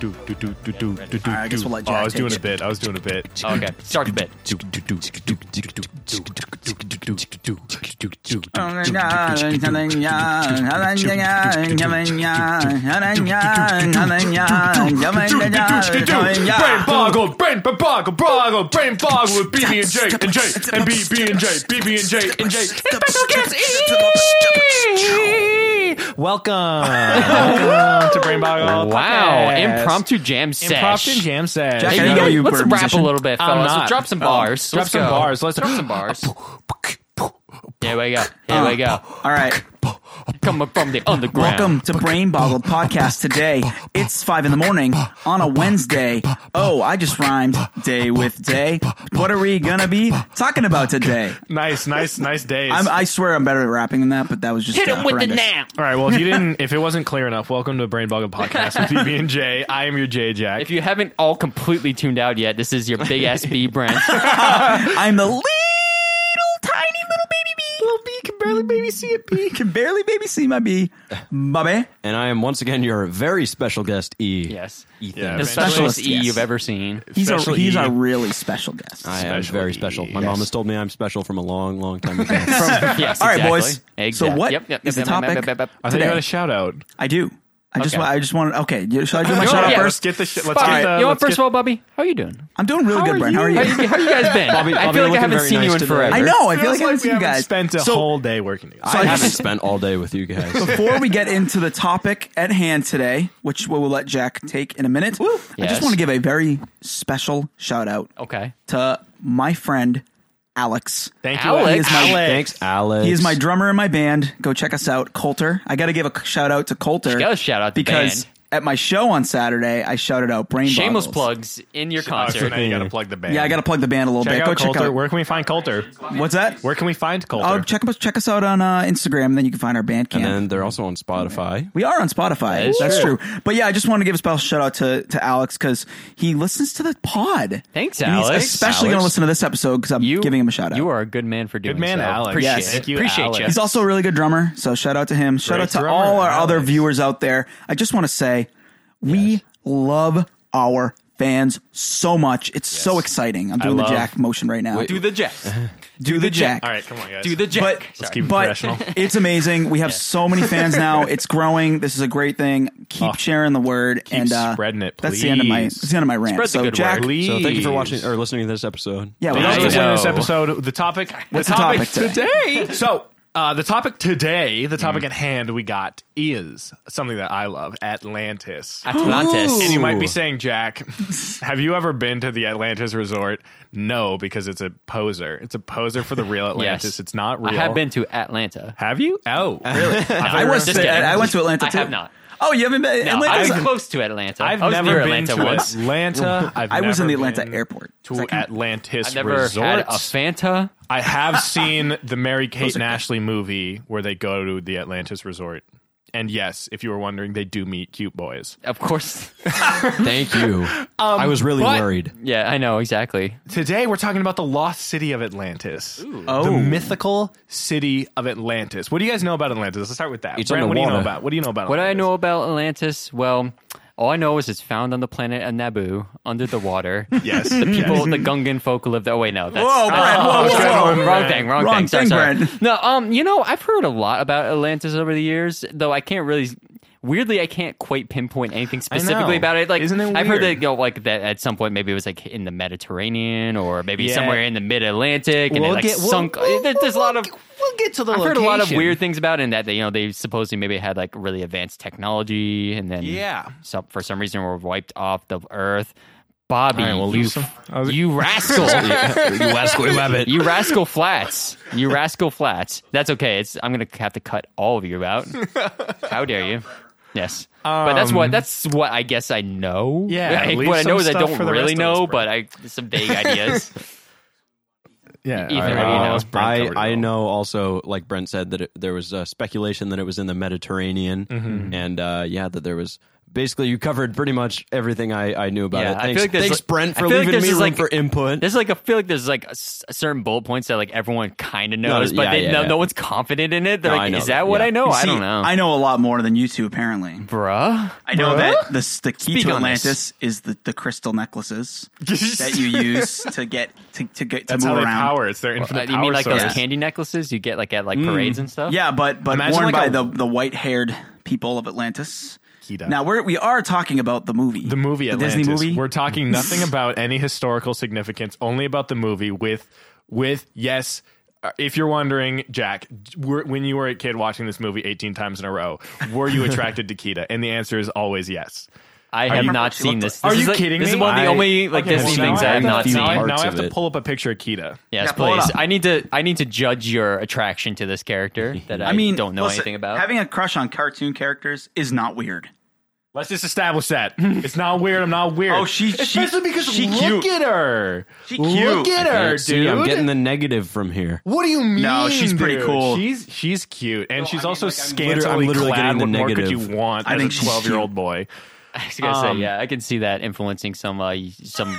do, do, do, do, do, I guess do. we'll let oh, I Jack was doing a take bit. I was doing a bit. Okay, start the bit. Do, do, do, do, do, do, do, do, do, do, do, do, do, do, do. Oh, Brain boggle, brain boggle, boggle, brain boggle with BB and J and J and BB and J, BB and J and J. Welcome, welcome to Brain Boggle. Wow, Podcast. impromptu jam sesh. impromptu jam sesh. Jack, Hey, I you know guys, you let's were a rap musician. a little bit, I'm fellas. not. Let's drop some Oh, bars. drop Let's some go. bars. Let's- drop some bars. Here we go. Here we go. All right. Coming from the underground. Welcome to Brain Boggled Podcast today. It's five in the morning on a Wednesday. Oh, I just rhymed day with day. What are we gonna be talking about today? Nice, nice, nice days. I'm, I swear I'm better at rapping than that, but that was just Hit uh, him with the horrendous. nap. All right. Well, if you didn't, if it wasn't clear enough, welcome to Brain Boggle Podcast with BB and J. I am your J Jack. If you haven't all completely tuned out yet, this is your big ass B brand. I'm the little tiny little baby bee. Little bee can barely baby see a bee. Can barely baby see my bee. Bobby. And I am once again your very special guest, E. Yes. Ethan. Yeah, The man. specialist Specialist, E yes. you've ever seen. He's a, Special he's E. a really special guest. Uh, I am Special very E. special. My Yes. mom has told me I'm special from a long, long time ago. Yes. All right, exactly. boys. So Exactly. what Yep, yep, is yep, the yep, yep, topic yep, yep, yep. I thought you today? had a shout out. I do. I just Okay. wa- I just want okay. you- Should I do my Yeah, shout out yeah. Let's first? get the shit. Let's All get right. the. you know what? uh, let's First get- of all, Bobby, how are you doing? I'm doing really good, Brent. How are you? How you, how you guys been? I Bobby, feel looking like I haven't very seen nice you in today. forever. I know. I Feels feel like I haven't we seen you guys. Spent a So- whole day working together. I haven't spent all day with you guys. Before we get into the topic at hand today, which we will let Jack take in a minute, I Yes. just want to give a very special shout out Okay. to my friend Alex. Thank you, Alex. Thanks, Alex. He is my drummer in my band. Go check us out, Coulter. I got to give a shout out to Coulter. Gotta shout out the because band. at my show on Saturday, I shouted out Brain Shameless Boggles. plugs in your Oh, so concert. now you gotta plug the band. Yeah, I got to plug the band a little check bit. out Go check Coulter. out. Where can we find Coulter? What's that? Where can we find Coulter? Oh, check us check us out on uh, Instagram. Then you can find our band and camp. then they're also on Spotify. We are on Spotify. That is That's true. true. But yeah, I just want to give a special shout out to, to Alex because he listens to the pod. Thanks, And he's Alex. especially Alex. going to listen to this episode because I'm You giving him a shout out. You are a good man for doing Good man, so. Alex. Appreciate Yes. it. Thank you, Appreciate Alex. you. He's also a really good drummer, so shout out to him. Shout Great out to drummer, all our other Alex. viewers out there. I just want to say we love our fans so much. It's so exciting. I'm doing the love- jack motion right now. do the jazz. Do the jack. all right, come on, guys. Do the But jack. Let's keep it but professional. it's amazing. We have so many fans now. It's growing. This is a great thing. Keep sharing the word and uh, Oh. spreading it, That's the end of my. please. That's the end of my rant. Spread the so good Jack, word. Please. So thank you for watching or listening to this episode. E. yeah, Thank without you for Thank listening you. to this episode. The topic. What's the topic today? So, uh, the topic today, the topic at hand we got is something that I love Atlantis. Atlantis. and you might be saying, Jack, have you ever been to the Atlantis resort? No, because it's a poser. It's a poser for the real Atlantis. It's not real. I have been to Atlanta. Have you? Oh, really? I went Just to kidding. I went to Atlanta. I too. have not. Oh, you haven't been? No, I Atlanta's was a- close to Atlanta. I've I was never near been Atlanta to once. Atlanta. I've I was in the never Atlanta been airport. Does that To count? Atlantis I've never resort. had a Fanta. I have seen the Mary Kate and Ashley movie where they go to the Atlantis resort. And yes, if you were wondering, they do meet cute boys. Of course. Thank you. I was really but- worried. Yeah, I know exactly. Today we're talking about the lost city of Atlantis. The Oh. mythical city of Atlantis. What do you guys know about Atlantis? Let's start with that. It's Brent, what do you know underwater. about? What do you know about What do I Atlantis? know about Atlantis? Well, all I know is it's found on the planet of Naboo under the water. Yes. the People, the Gungan folk live there. Oh, wait, no. That's, Whoa, that's- Brent, whoa, that's- whoa, whoa. Wrong thing, wrong, Wrong thing. Sorry, thing, sorry. Brent. No, um, you know, I've heard a lot about Atlantis over the years, though I can't really. Weirdly, I can't quite pinpoint anything specifically know. about it. Like, Isn't it I've heard that weird? you know, like that at some point, maybe it was like in the Mediterranean or maybe Yeah. somewhere in the Mid Atlantic, and it We'll like get- we'll- sunk. we'll- there- there's a lot of We'll get to the I've heard a lot of weird things about it, and that they, you know they supposedly maybe had like really advanced technology, and then Yeah. some, for some reason were wiped off the earth. Bobby, All right, we'll you, lose some- I was- you rascal, you rascal rabbit. you rascal flats, you rascal flats. That's okay. It's I'm gonna have to cut all of you out. How dare you? Yes, but that's what that's what I guess I know. Um, Yeah, I- leave what I some know is I stuff don't for the really rest of us, know, bro. but I some vague ideas. Yeah. Ethan, all right, what do you well, know? let's Brent Uh, I, covered it I all. know also, like Mm-hmm. Brent said, that it, there was uh, speculation that it was in the Mediterranean, and uh, yeah, that there was basically you covered pretty much everything I, I knew about Yeah, it. I Thanks, feel like there's thanks like- Brent, I feel for like leaving this me is room like- for input. There's like I feel like there's like a, s- certain bullet points that like everyone kind of knows, but yeah, they, yeah, no, yeah. no one's confident in it. They're No, I like, know is that, that what yeah. I know? Oh, I See, don't know, I know a lot more than you two, apparently. bruh. Uh, I know that the, s- the key Speak to on Atlantis is the, the crystal necklaces that you use to get to, to get to That's how move they around. power. It's their infinite Uh, you power mean like source. those candy necklaces you get like at Hmm. like parades and stuff? Yeah, but but Imagine worn like by a- the the white haired people of Atlantis. Kita. Now we're we are talking about the movie, the movie the Atlantis. Disney movie. We're talking nothing about any historical significance, only about the movie. With with yes, uh, if you're wondering, Jack, were, when you were a kid watching this movie 18 times in a row, were you attracted to Kita? And the answer is always yes. I have you- not She looked seen this. Are This you is, like- kidding This is me? one of the I- only like Okay, Disney well, now things I I have have not to- seen. Now, I- now Parts I have of to it. pull up a picture of Kita. Yes, Yeah, pull it up. please. I need to. I need to judge your attraction to this character that I, I mean, don't know listen, anything about. Having a crush on cartoon characters is not weird. Let's just establish that it's not weird. I'm not weird. Oh, she- she- especially because she look cute. at her. She Look cute. at her, Yeah, see, dude. I'm getting the negative from here. What do you mean? No, she's pretty dude? cool. She's she's cute, and she's I mean, also like, I'm literally- scantily I'm literally clad. getting the What more could you negative. want I as think a she's twelve year old boy? I was gonna Um, say, yeah, I can see that influencing some uh, some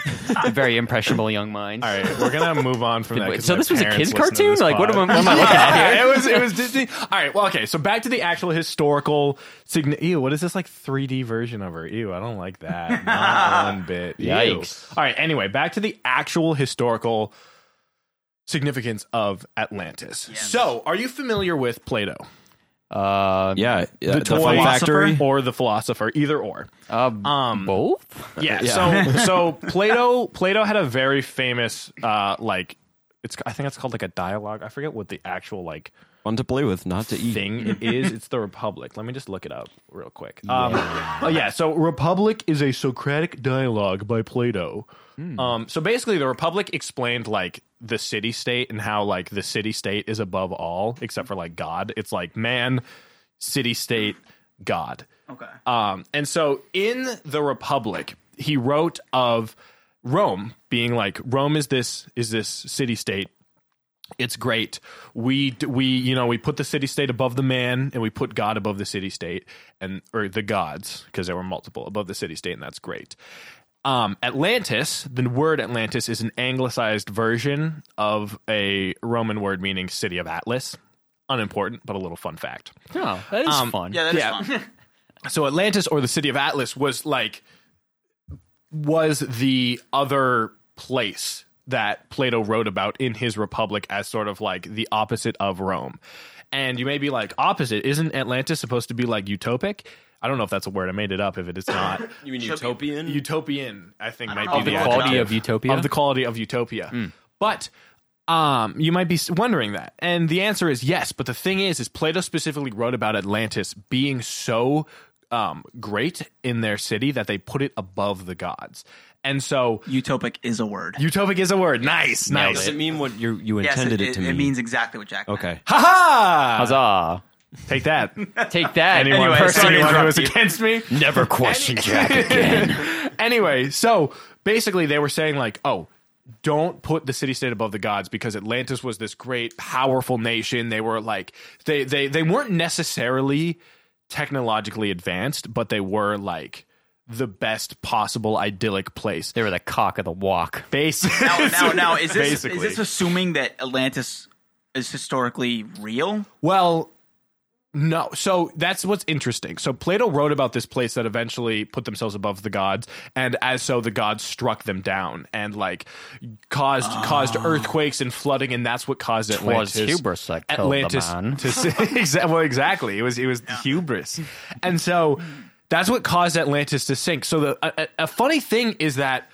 very impressionable young minds. All right, we're gonna move on from that. Wait, 'cause so my this was a parents kids' listen to cartoon? this Like, what pod. am I, what am I looking at here? it was it was Disney. All right, well, okay. So back to the actual historical. Sign- Ew, what is this like 3D version of her? Ew, I don't like that. Not one bit. Ew. Yikes. All right. Anyway, back to the actual historical significance of Atlantis. So, are you familiar with Plato, Uh, Yeah, yeah, the, toy Fun Factory. or the philosopher? Either or. uh, Um, both. yeah, So so Plato Plato had a very famous uh like it's I think it's called like a dialogue. I forget what the actual like Fun to play with, not to eat. thing it is. It's the Republic. Let me just look it up real quick. Um, oh yeah. So Republic is a Socratic dialogue by Plato. Um, so basically, the Republic explained like the city state and how like the city state is above all except for like God. It's like man, city state, God. Okay. Um, and so in the Republic, he wrote of Rome being like Rome is this is this city state. It's great. We d- we you know we put the city state above the man, and we put God above the city state, and or the gods because there were multiple above the city state, and that's great. Um, Atlantis, the word Atlantis is an anglicized version of a Roman word meaning city of Atlas. Unimportant, but a little fun fact. No, that is fun. Yeah, that's Yeah. fun. So Atlantis or the city of Atlas was like was the other place that Plato wrote about in his Republic as sort of like the opposite of Rome. And you may be like, opposite, isn't Atlantis supposed to be like utopic? I don't know if that's a word. I made it up if it is not. You mean utopian? Utopian, I think, might know be if the it's adjective Quality of utopia. Hmm. of the quality of utopia. But um, you might be s- wondering that, and the answer is yes. But the thing is, is Plato specifically wrote about Atlantis being so um, great in their city that they put it above the gods, and so Utopic is a word. utopic is a word. Nice, Nailed nice. Does it mean what you you Yes, intended it, it, to mean? it means exactly what Jack. meant. okay. Ha ha! Huzzah! Take that. Take that. Anyone, Anyway, person, sorry to anyone who interrupt was you. against me. Never question Jack anyway, so basically they were saying like, oh, don't put the city state above the gods because Atlantis was this great powerful nation. They were like they they they weren't necessarily technologically advanced, but they were like the best possible idyllic place. They were the cock of the walk. Base Now, now, now, is this Basically. is this assuming that Atlantis is historically real? Well, no. So that's what's interesting. So Plato wrote about this place that eventually put themselves above the gods, and as so the gods struck them down and like caused caused earthquakes and flooding, and that's what caused Atlantis. Ah. hubris that killed the Atlantis man. to say, exa- well, exactly. It was it was hubris, and so that's what caused Atlantis to sink. So the a, a a funny thing is that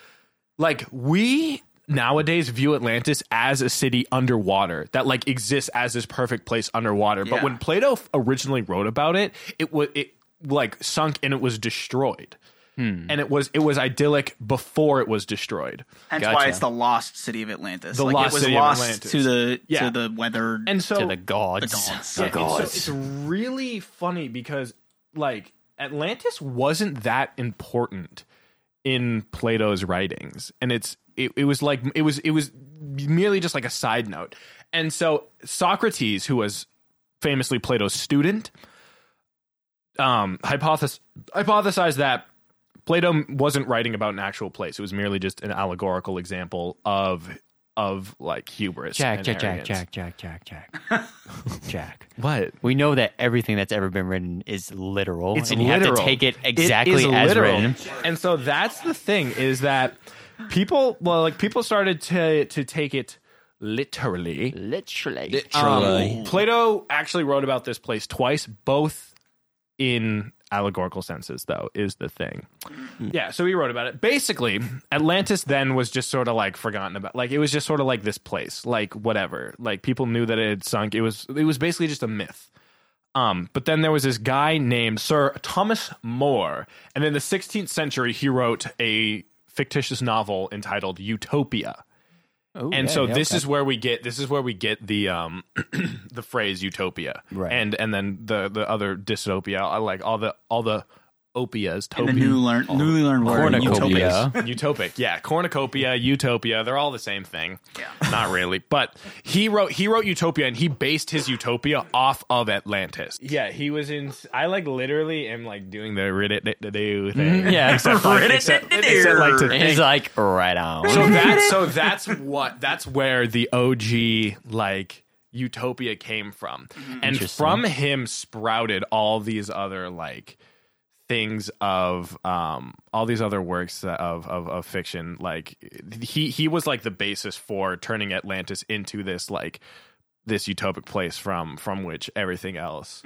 like we nowadays view Atlantis as a city underwater that like exists as this perfect place underwater. But Yeah. when Plato f- originally wrote about it, it was it like sunk and it was destroyed. Hmm. And it was it was idyllic before it was destroyed. Hence why Gotcha. it's the lost city of Atlantis. The like lost it was city of lost Atlantis. to the Yeah. to the weather. And so to the gods. gods. Yeah, and so it's really funny because like Atlantis wasn't that important in Plato's writings, and it's it, it was like it was it was merely just like a side note. And so Socrates, who was famously Plato's student, um, hypothes- hypothesized that Plato wasn't writing about an actual place; it was merely just an allegorical example of of like hubris. Jack, and Jack, Jack, arrogance. Jack, Jack, Jack, Jack, Jack. What? We know that everything that's ever been written is literal. It's and literal. You have to take it It is exactly as literal. written. And so that's the thing is that people, well, like people started to to take it literally. Literally. Um, Plato actually wrote about this place twice, both in allegorical senses, though, is the thing. Yeah, so he wrote about it. Basically, Atlantis then was just sort of like forgotten about. Like it was just sort of like this place, like whatever. Like people knew that it had sunk. It was it was basically just a myth. Um, but then there was this guy named Sir Thomas More, and in the 16th century, he wrote a fictitious novel entitled Utopia and so this is where we get this is where we get the um the phrase utopia Right. and and then the the other dystopia I like all the all the opias And the new topi- learn, newly learned word. utopias. utopic yeah cornucopia utopia they're all the same thing yeah not really but he wrote he wrote utopia and he based his utopia off of atlantis yeah he was in i like literally am like doing the reddit thing Yeah, except for it. Mm-hmm. except, except like to He's like, right on. so that's so that's what that's where the OG like utopia came from. And from him sprouted all these other like things of um all these other works that- of of of fiction like he he was like the basis for turning Atlantis into this like this utopic place from from which everything else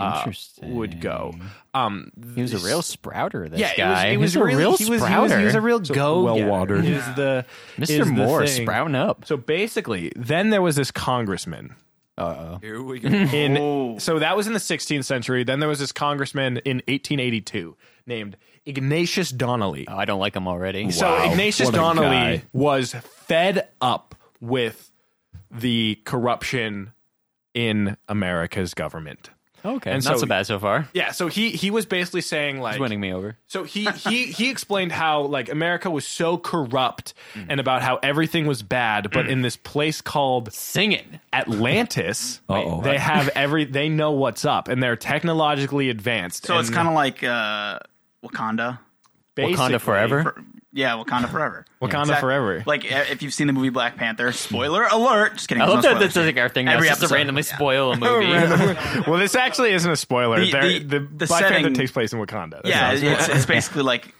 uh, Interesting. would go um he was a real sprouter, this yeah, guy. It was, it was He's a really- real he was, sprouter. He was, he was a real go well well-watered. Is the Mr. is the Moore thing. sprouting up. So basically, then there was this congressman Uh-oh. Here we go. in. Oh. So that was in the 16th century. Then there was this congressman in 1882 named Ignatius Donnelly. Oh, I don't like him already. So Ignatius What a Donnelly guy. was fed up with the corruption in America's government. Okay, And not so- so bad so far. Yeah, so he he was basically saying like He's winning me over. So he he he explained how like America was so corrupt Mm. and about how everything was bad, but in this place called Sing it. Atlantis, Uh-oh. they have every they know what's up and they're technologically advanced. So it's kind of like uh, Wakanda. of Wakanda forever. Yeah, Wakanda forever. Wakanda Exact- forever. Like uh, if you've seen the movie Black Panther, spoiler alert. Just kidding. I there's love no that that's spoilers. like our thing. Every Every just to episode, randomly yeah. spoil a movie. well, this actually isn't a spoiler. The- There- the- the the Black setting- Panther takes place in Wakanda. That's Yeah, not a spoiler. it's, it's basically like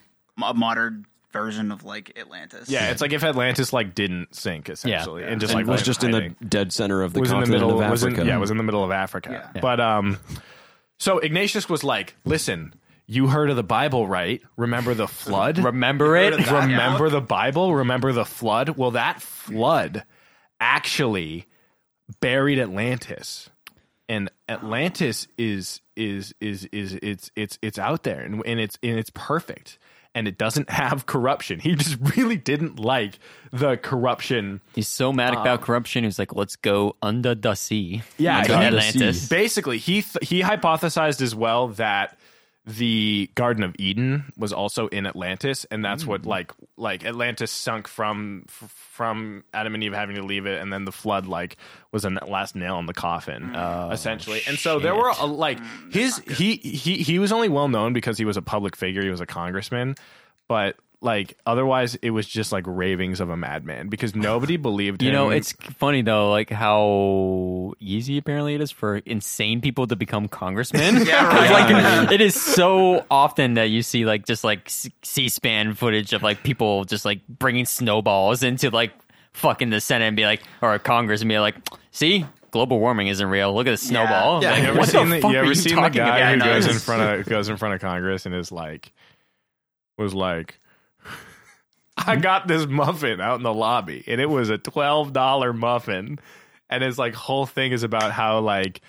a modern version of like Atlantis. yeah. It's like if Atlantis like didn't sink essentially, and just And like was went just hiding. in the dead center of the was in the continent middle of was in- Africa. yeah, was in the middle of Africa. But um so Ignatius was like, "Listen, you heard of the Bible, right? Remember the flood? Remember it? remember the Bible? Remember the flood? Well, that flood actually buried Atlantis. And Atlantis is is is is it's it's it's out there and, and it's and it's perfect and it doesn't have corruption. He just really didn't like the corruption He's so mad about corruption. He's like, let's go under the Um, sea. Yeah, Under he- Atlantis. basically he th- he hypothesized as well that the garden of eden was also in atlantis and that's Hmm. what like like atlantis sunk from f- from adam and eve having to leave it and then the flood like was a n- last nail in the Hmm. coffin uh, Oh, essentially and so there were a, like his he he he was only well known because he was a public figure he was a congressman but like otherwise it was just like ravings of a madman because nobody believed You know, him. it's funny though, like how easy apparently it is for insane people to become congressmen. Yeah, right. 'Cause, like it is so often that you see like just like C- C-SPAN footage of like people just like bringing snowballs into like fucking the Senate and be like, or Congress and be like, see, global warming isn't real. Look at the snowball. Yeah. Like, you ever what seen the the, fuck you are ever you seen the talking guy about? who Yeah, I know. goes in front of goes in front of Congress and is like was like I got this muffin out in the lobby and it was a twelve dollar muffin and his like whole thing is about how like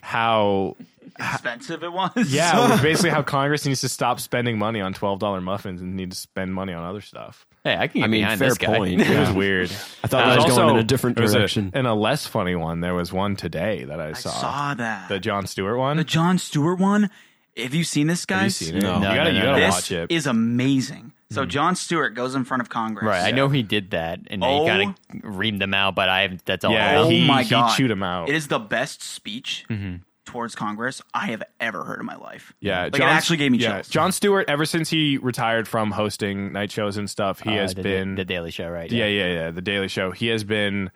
how expensive it was. yeah it was basically how Congress needs to stop spending money on twelve dollar muffins and need to spend money on other stuff. Hey, I can get I mean, behind fair this guy. point. It was weird. I thought that was going in a different direction. and a less funny one. There was one today that I, I saw that. the John Stewart one. The John Stewart one. Have you seen this, you guys? seen it? No. you No, gotta, Mm-hmm. no, you no, gotta no. This watch it. is amazing. So John Stewart goes in front of Congress. Right, I know he did that, and Oh. he kind of reamed them out. But I, that's all. I Yeah, Mm-hmm. know. Oh he- my he god! chewed him out. It is the best speech towards Congress I have ever heard in my life. Yeah, Like, it actually gave me chills. John Stewart, ever since he retired from hosting night shows and stuff, he has Uh, the, been the Daily Show, right? yeah, yeah, yeah, the Daily Show. He has been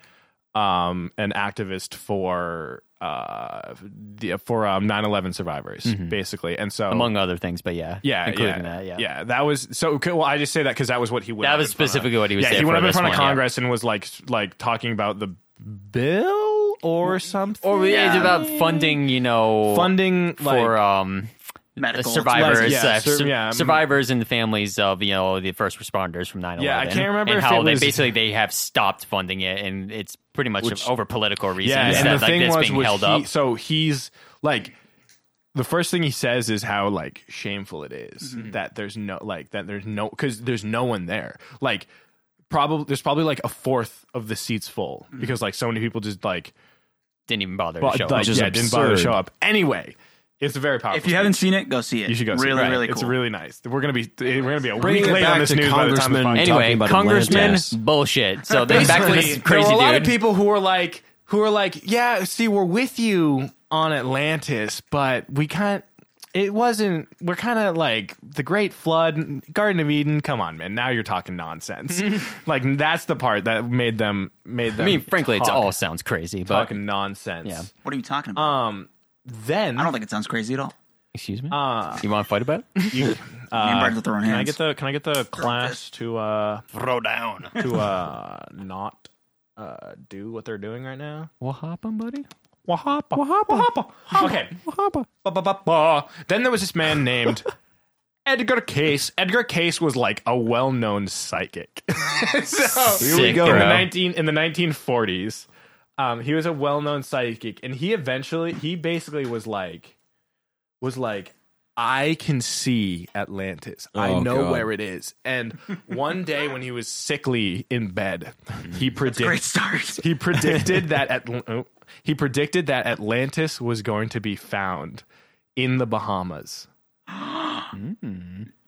um, an activist for uh, the, for um, 9/11 survivors, basically, and so Mm-hmm. among other things, but yeah, yeah, including yeah, that, yeah, yeah. That was so. okay, Well, I just say that because that was what he went. That up was in front of. specifically what he was Yeah, there he went for up in this front of one, yeah. Congress and was like, like talking about the bill or something, Or yeah. it's about funding, you know, funding for like, um Medical survivors, yeah, uh, sur- sur- yeah, mm. survivors and the families of you know the first responders from 9-11. Yeah, I can't remember and if how it they was- basically they have stopped funding it, and it's pretty much over political reasons. yeah. And that, the like, thing that's was, being was held he- up. so he's like. The first thing he says is how like shameful it is Mm-hmm. that there's no like that there's no because there's no one there like probably there's probably like a fourth of the seats full Mm-hmm. because like so many people just like Didn't even bother but, to show like, up. is yeah didn't bother to absurd. show up anyway it's a very powerful If you haven't seen it, go see it. You should go. see it. Really, Right. really cool. It's really nice. We're gonna be we're gonna be a Bringing week it late back on this to news by the time. this Congressman podcast- Talking Anyway, about Congressman Atlantis. bullshit. So then back to this Basically, crazy there were a lot dude. of people who were like who were like, yeah, see, we're with you on Atlantis, but we can't. It wasn't. We're kind of like the Great Flood, Garden of Eden. Come on, man. Now you're talking nonsense. like that's the part that made them made them. I mean, frankly, it's talk- all sounds crazy, but talking nonsense. Yeah. What are you talking about? Um, Then I don't think it sounds crazy at all. excuse me, Uh. you want to fight about it? you, Me and Brad are throwing uh, can I hands. get the can I get the class to uh Throw down. to uh not uh do what they're doing right now? What happened, buddy? Wahapa. Wahapa. Wahapa. Okay. Wahapa. Ba, ba, ba, ba. Then there was this man named Edgar Case. Edgar Case was like a well-known psychic. so Here we go. in the Oh, bro. 19 in the 1940s, um, he was a well-known psychic, and he eventually he basically was like was like. I can see Atlantis. I Oh, know God. where it is. And one day when he was sickly in bed, he Great predicted start. he predicted that Atl- oh. he predicted that Atlantis was going to be found in the Bahamas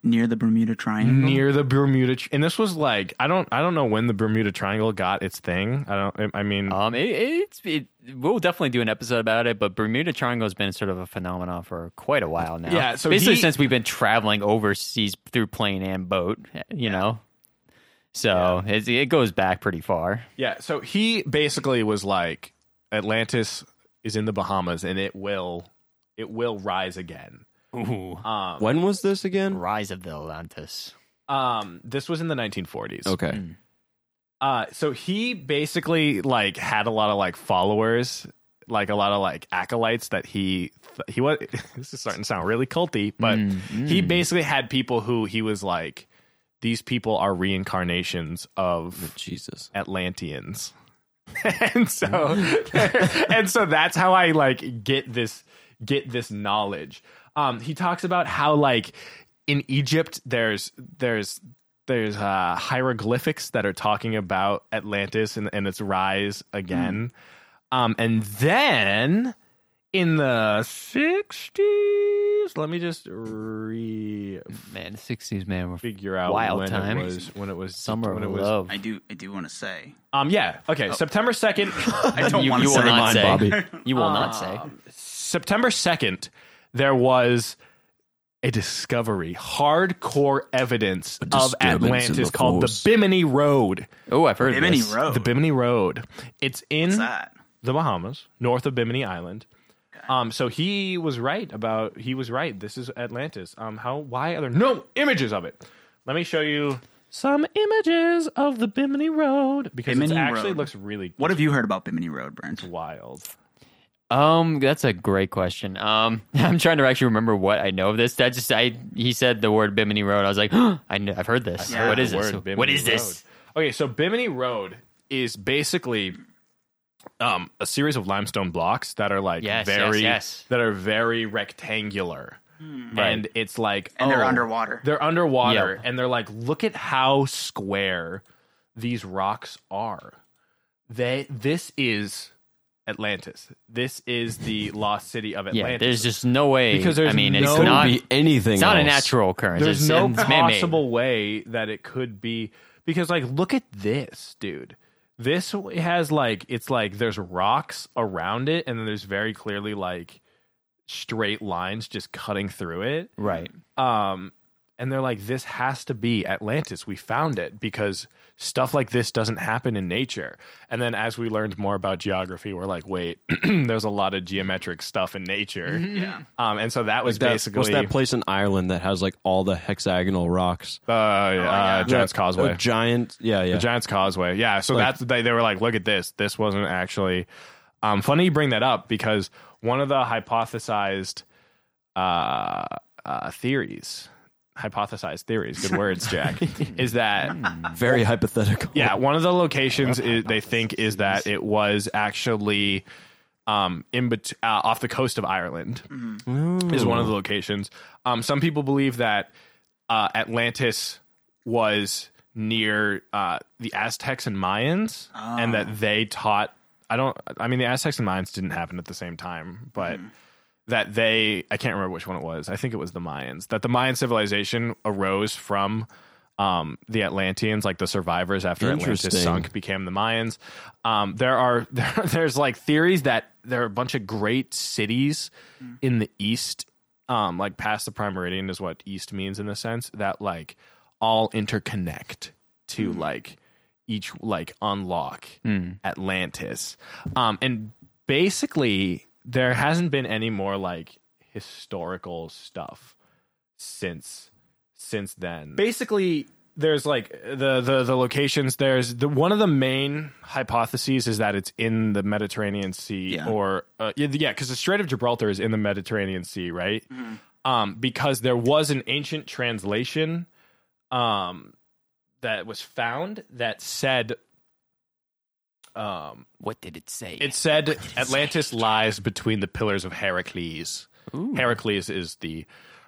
Near the Bermuda Triangle. near the Bermuda Tri- and this was like I don't I don't know when the Bermuda Triangle got its thing. I don't I mean Um, it, it's it, we'll definitely do an episode about it, but Bermuda Triangle has been sort of a phenomenon for quite a while now. Yeah, so basically he- since we've been traveling overseas through plane and boat, you know, so it's it goes back pretty far. yeah, so he basically was like Atlantis is in the Bahamas and it will it will rise again. Ooh, When was this again? Um, Rise of the Atlantis. Um this was in the 1940s. Okay. Uh, so he basically like had a lot of like followers, like a lot of like acolytes that he he was. this is starting to sound really culty, but he basically had people who he was like, these people are reincarnations of Jesus. Atlanteans, and so and so that's how I like get this get this knowledge. Um, he talks about how like in Egypt there's there's there's uh, hieroglyphics that are talking about Atlantis and, and its rise again, Hmm. um, and then in the sixties, let me just re Man, sixties man, we're figure out Wild when it times. was when it was summer when of it was love. I do. I do want to say. um yeah okay September second Oh. I don't you want to you say. will not Mind, say. Bobby. You will not say. September 2nd, there was a discovery, hardcore evidence of disturbance in the Atlantis called the force. Bimini Road. Oh, I've heard Bimini of this. Road. The Bimini Road. It's in What's that? the Bahamas, north of Bimini Island. Um, so he was right about he was right. This is Atlantis. Um, how why are there no images of it? Let me show you some images of the Bimini Road because it Bimini actually Road. looks really What have you heard about Bimini Road, Brent? wild. Um, that's a great question. Um, I'm trying to actually remember what I know of this. That just I he said the word Bimini Road. I was like, I know, I've heard this. Yeah. what is the this? word, Bimini what is Road. this? Okay, so Bimini Road is basically um, a series of limestone blocks that are like Yes, yes, very yes. that are very rectangular, and it's like Hmm. And they're oh, underwater. They're underwater, Yep. and they're like, look at how square these rocks are. They this is Atlantis. This is the lost city of Yeah, Atlantis. there's just no way. Because there's I mean, no- it's Couldn't not. Could be anything. It's not a else. natural occurrence. There's it's, no it's man-made. possible way that it could be because like look at this, dude. This has like it's like there's rocks around it and then there's very clearly like straight lines just cutting through it. Right. Um, and they're like, this has to be Atlantis. We found it because stuff like this doesn't happen in nature. And then as we learned more about geography, we're like, wait, there's a lot of geometric stuff in nature. Yeah. Um, and so that was That- basically what's that place in Ireland that has like all the hexagonal rocks? uh, uh, Giant's Oh, Yeah, Causeway. a giant, yeah, yeah. The Giants Causeway. Yeah. So that's they, they were like, look at this. This wasn't actually um, funny. You bring that up because one of the hypothesized uh, uh, theories, hypothesized theories, good words, Jack, is that Very hypothetical. yeah, one of the locations is, they think is that it was actually um, in bet- uh, off the coast of Ireland is one of the locations. Um, some people believe that uh, Atlantis was near uh, the Aztecs and Mayans, and that they taught. I don't. I mean, the Aztecs and Mayans didn't happen at the same time, but that they I can't remember which one it was. I think it was the Mayans. That the Mayan civilization arose from um, the Atlanteans, like the survivors after Atlantis Interesting. sunk, became the Mayans. Um, there are there, there's like theories that there are a bunch of great cities in the east, um, like past the prime meridian is what east means in the sense that like all interconnect to like each like unlock Atlantis. Um, and basically, there hasn't been any more like historical stuff since since then. Basically, there's like the the the locations. There's the one of the main hypotheses is that it's in the Mediterranean Sea, Yeah. or uh, yeah, because the Strait of Gibraltar is in the Mediterranean Sea, right? Um, because there was an ancient translation um, that was found that said um, What did it say? it said Atlantis lies between the pillars of Heracles. Heracles is the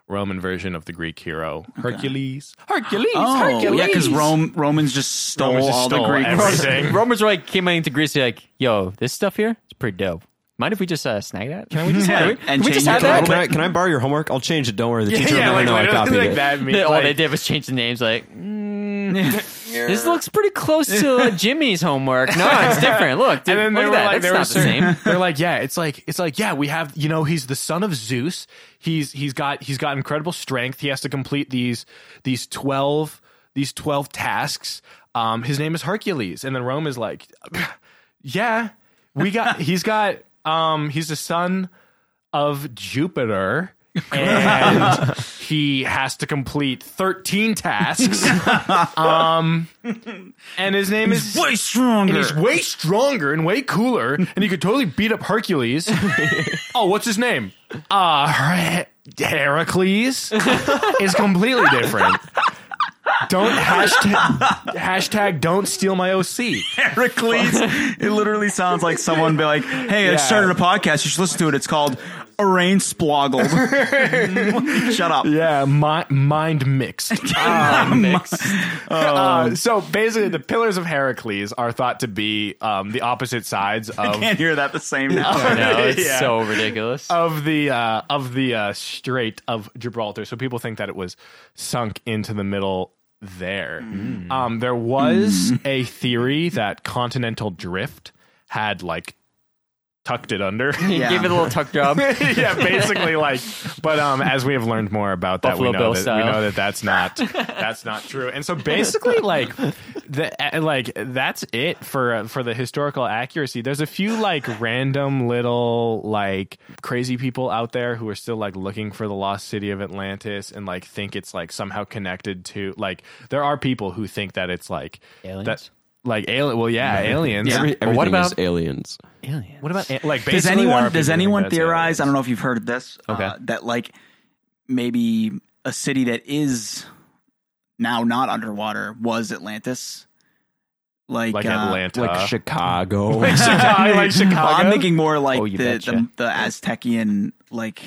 Roman version of the Greek hero Hercules. Hercules. Oh, Hercules. yeah, because Rome Romans just stole Romans just all stole the Greek. everything. Romans were like came into Greece they're like, yo, this stuff here, it's pretty dope. Mind if we just uh, snag that? Can we just Yeah, have it? and Can we change just it have a that? little Can I, can I borrow your homework? I'll change it. Don't worry. The teacher yeah, will like, never know literally I copied like it. that. means, They- all they like- did was change the names. Like, mm, this looks pretty close to uh, Jimmy's homework. No, it's different. Look, dude, and then look they at were like, that. That's they not were the same. certain, they're like, yeah, it's like, it's like, yeah, we have, you know, he's the son of Zeus. He's he's got he's got incredible strength. He has to complete these these twelve these twelve tasks. Um, his name is Hercules, and then Rome is like, yeah, we got he's got um he's the son of Jupiter. and he has to complete 13 tasks. um, and his name is Way stronger. and he's way stronger and way cooler, and he could totally beat up Hercules. oh, what's his name? Uh, Her- Heracles is completely different. Don't hashtag, hashtag don't steal my OC. Heracles. it literally sounds like someone be like, "Hey, I Yeah. started a podcast. You should listen to it. It's called Arraign Sploggled." Shut up. Yeah, Ah, mi- mind mixed. Uh, so basically, the pillars of Heracles are thought to be um, the opposite sides of Can't hear that the same now. No, it's Yeah. so ridiculous. of the uh, of the uh, Strait of Gibraltar. So people think that it was sunk into the middle there. Um, there was a theory that continental drift had like tucked it under. Yeah. Give it a little tuck job. yeah, basically like but um as we have learned more about that we Buffalo know Bill that we style. know that that's not that's not true. And so basically like the uh, like that's it for uh, for the historical accuracy. There's a few like random little like crazy people out there who are still like looking for the lost city of Atlantis and like think it's like somehow connected to like there are people who think that it's like Aliens? that like alien well yeah, aliens. Yeah. Every, But what everything is about- aliens? Alien. What about a- like Does basically there are anyone people does who think anyone that's theorize? aliens. I don't know if you've heard of this. uh, Okay. that like maybe a city that is now not underwater was Atlantis. Like, like uh, Atlanta, like Chicago. Chicago, like Well, Chicago. I'm thinking more like Oh, the, you the betcha. the Aztecian like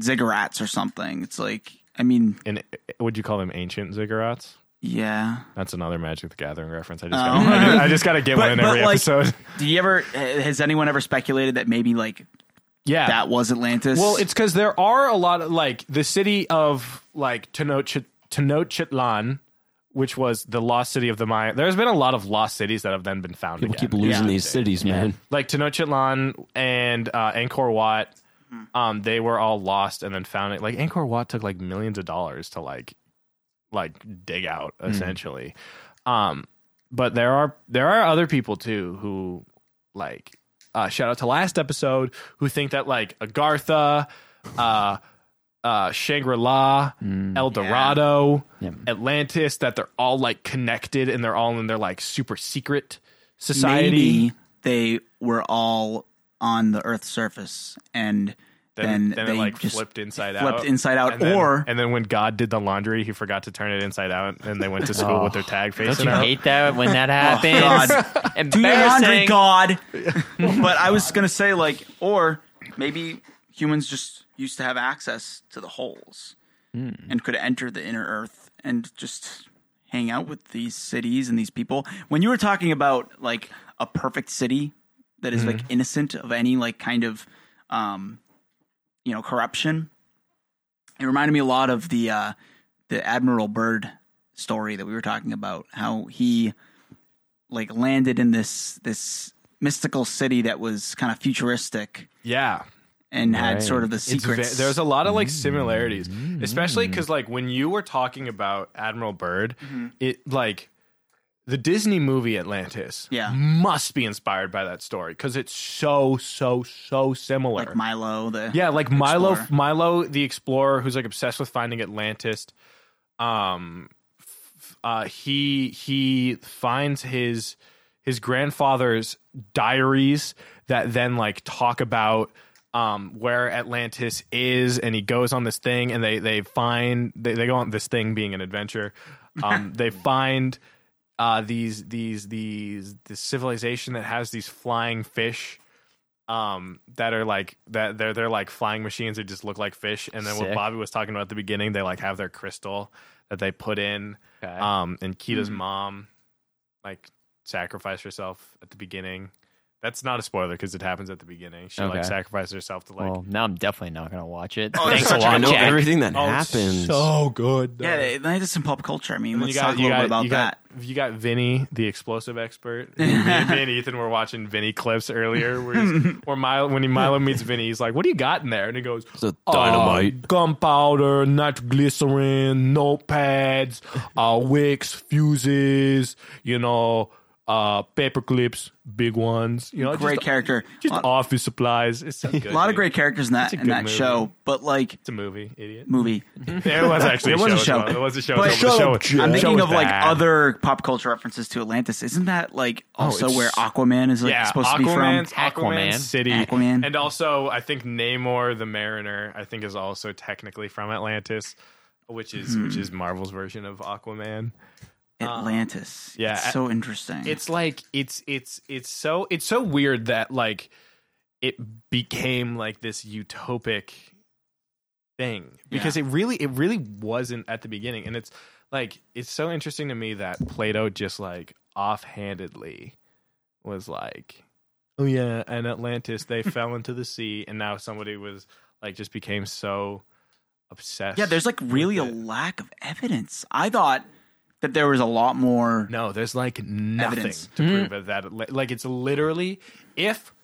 ziggurats or something. It's like I mean, and would you call them ancient ziggurats? yeah. That's another Magic the Gathering reference. I just, Oh. gotta, I just, I just gotta get one in every like, episode. do you ever uh, has anyone ever speculated that maybe like Yeah. that was Atlantis? Uh, well, it's because there are a lot of like the city of like Tenoch- Tenochtitlan, which was the lost city of the Maya. There's been a lot of lost cities that have then been found. People again. keep losing Yeah. these cities, man. like Tenochtitlan and uh, Angkor Wat um, they were all lost and then found it. Like Angkor Wat took like millions of dollars to like like dig out essentially. Um, but there are there are other people too who like uh, shout out to last episode who think that like Agartha, uh, uh, Shangri La, El Dorado, Atlantis that they're all like connected and they're all in their like super secret society. Maybe they were all on the Earth's surface and then, then, then they it like just flipped inside out. flipped inside out, And then- or and then when God did the laundry, he forgot to turn it inside out, and they went to school with their tag Oh. Don't facing you out. hate that when Oh, that happens? God. do your laundry, Embarrassing. God. but I was gonna say like, or maybe humans just used to have access to the holes and could enter the inner Earth and just hang out with these cities and these people. When you were talking about like a perfect city that is, like innocent of any like kind of, um, you know, corruption, it reminded me a lot of the uh, the Admiral Byrd story that we were talking about. How he like landed in this this mystical city that was kind of futuristic Yeah, and had sort of the It's ve- secrets. there's a lot of like similarities, Mm. especially because like when you were talking about Admiral Byrd, Mm-hmm. it like the Disney movie Atlantis Yeah. must be inspired by that story because it's so so so similar. like Milo, the Yeah, like Milo, Explorer. Milo the explorer, who's like obsessed with finding Atlantis. Um, f- uh, he he finds his his grandfather's diaries that then like talk about um where Atlantis is, and he goes on this thing, and they they find they, they go on this thing being an adventure. Um, they find uh these these these this civilization that has these flying fish um that are like that they're they're like flying machines that just look like fish and then what Sick. bobby was talking about at the beginning they like have their crystal that they put in Okay. um and kita's mom like sacrificed herself at the beginning that's not a spoiler because it happens at the beginning she Okay. like sacrificed herself to like well, now I'm definitely not gonna watch it. Oh, Thanks it's a such a lot, I know Jack. everything that Oh, it's happens. so good yeah. though. They, they just in pop culture. I mean, And let's you got, talk a you little got, bit about you that. got, You got Vinny, the explosive expert. Me and me and Ethan were watching Vinny clips earlier, where, he's, where Milo, when he, Milo meets Vinny, he's like, "What do you got in there?" And he goes, a "Uh, dynamite." gunpowder, nitroglycerin, notepads, uh, wicks, fuses, you know, uh, paper clips, big ones, you know, Oh, just- great character. just a lot, office supplies." It's so good, a lot of dude. great characters in that a in good that movie. show, but like It's a movie, idiot. movie. It was actually It was a as show. well. It was a show. But- as well, Shut but the show. I'm the show thinking was of like bad. Oh, other pop culture references to Atlantis. Isn't that like also it's- where Aquaman is like yeah, supposed to be from? Aquaman's, Aquaman. Aquaman's city, Aquaman. and also I think Namor the Mariner, I think is also technically from Atlantis, which is Hmm. which is Marvel's version of Aquaman. Atlantis. yeah, it's so interesting. It's like it's it's it's so it's so weird that like it became like this utopic thing because it really it really wasn't at the beginning, and it's like it's so interesting to me that Plato just like offhandedly was like, oh yeah, and Atlantis they fell into the sea, and now somebody was like just became so obsessed. yeah. There's like really a it. lack of evidence. I thought that there was a lot more. No, there's like nothing Evidence. to prove it that. it- Like it's literally, if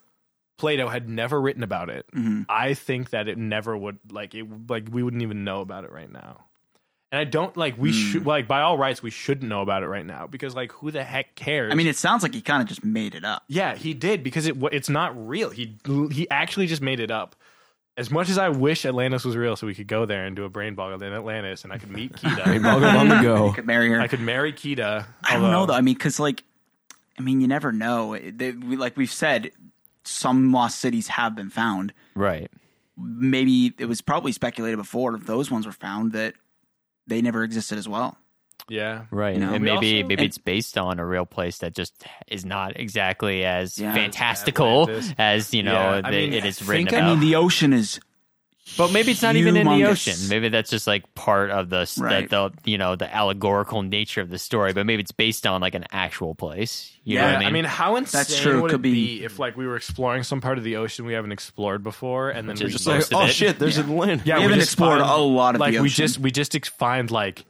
Plato had never written about it, Mm-hmm. I think that it never would. Like it, like we wouldn't even know about it right now. And I don't like we Hmm. should like by all rights we shouldn't know about it right now because like who the heck cares? I mean, it sounds like he kind of just made it up. yeah, he did because it wa- it's not real. He he actually just made it up. As much as I wish Atlantis was real, so we could go there and do a brain boggle in Atlantis, and I could meet Kita. Boggle on the go. Could marry her. I could marry Kita. I don't know though. I mean, because like, I mean, you never know. It- They, we, like we've said, some lost cities have been found. Right. Maybe it was probably speculated before if those ones were found that they never existed as well. Yeah, Right. No. and We maybe also- maybe it's based on a real place that just is not exactly as Yeah. fantastical Atlantis. as, you know, Yeah, I the- mean, it is think- written I about. mean, the ocean is but maybe it's not even in the humongous. ocean. Maybe that's just like part of the, s- Right. that the you know, the allegorical nature of the story, but maybe it's based on like an actual place. You know yeah, what I mean? how insane That's true. would Could it be, be- if like we were exploring some part of the ocean we haven't explored before, and then we Just just like- like, Most of oh it. shit, there's Yeah. Atlantis. yeah, we we haven't just explored find- a lot of like the we ocean. just we just ex- find like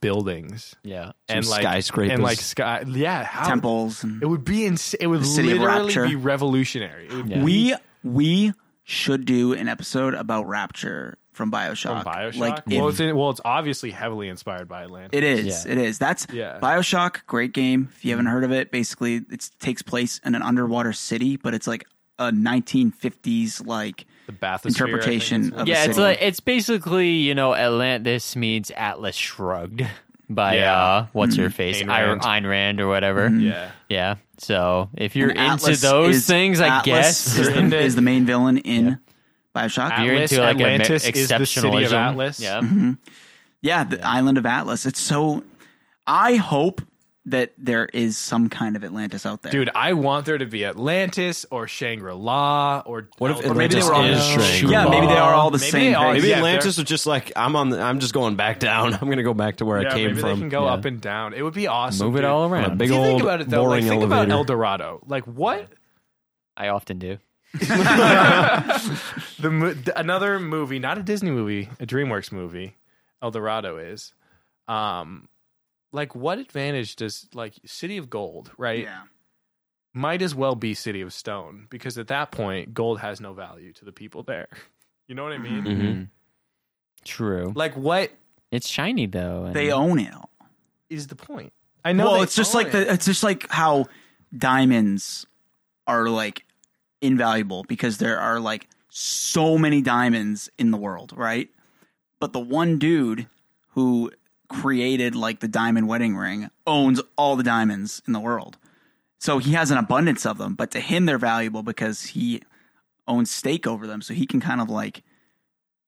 buildings yeah. and Some like skyscrapers. and like sky. Yeah, how, temples. And It would be insane. It would city of literally rapture. be revolutionary. It would Yeah. We we should do an episode about Rapture from Bioshock. Bioshock. Like it, well, it's in, well, it's obviously heavily inspired by Atlantis. it is. Yeah. Mm-hmm. It is. That's Yeah. Bioshock. Great game. If you haven't heard of it, basically it takes place in an underwater city, but it's like a 1950s like the bathysphere I think interpretation it's- of a yeah, it's city. like it's basically you know Atlantis means Atlas Shrugged by Yeah. uh what's her face Ayn Ayn, Rand. Mm-hmm. Ayn Rand or whatever. yeah. Yeah. So if you're And into Atlas those is- things, I Atlas guess is You're the, into- is the main villain in Bioshock. you're Atlas, into like a ma- Atlantis is the city of exceptionalism. Atlas. Yeah. Yeah, the island of Atlas. It's so. I hope that there is some kind of Atlantis out there. Dude, I want there to be Atlantis or Shangri La or What if or maybe they Atlantis were all is Shangri-La. Shangri-La? Yeah, maybe they are all the Maybe same they are- thing. Maybe oh, yeah, Atlantis was just like I'm on. The, I'm just going back down. I'm gonna go back to where they're- I yeah, came maybe from. They can go Yeah. up and down. It would be awesome. Move it dude. all On a around. big If you think old about it though, like boring think about elevator. El Dorado. Like what I often do. the mo- th- another movie, not a Disney movie, a DreamWorks movie, El Dorado is. Um, like what advantage does like City of Gold, right? Yeah. Might as well be City of Stone because at that point, gold has no value to the people there. You know what I mean? Mhm. Mm. True. Like what It's shiny though. and- They own it. all. is the point? I know. well, they it's just own like the, it. it's just like how diamonds are like invaluable because there are like so many diamonds in the world, right? But the one dude who created like the diamond wedding ring owns all the diamonds in the world. So he has an abundance of them, but to him they're valuable because he owns stake over them. So he can kind of like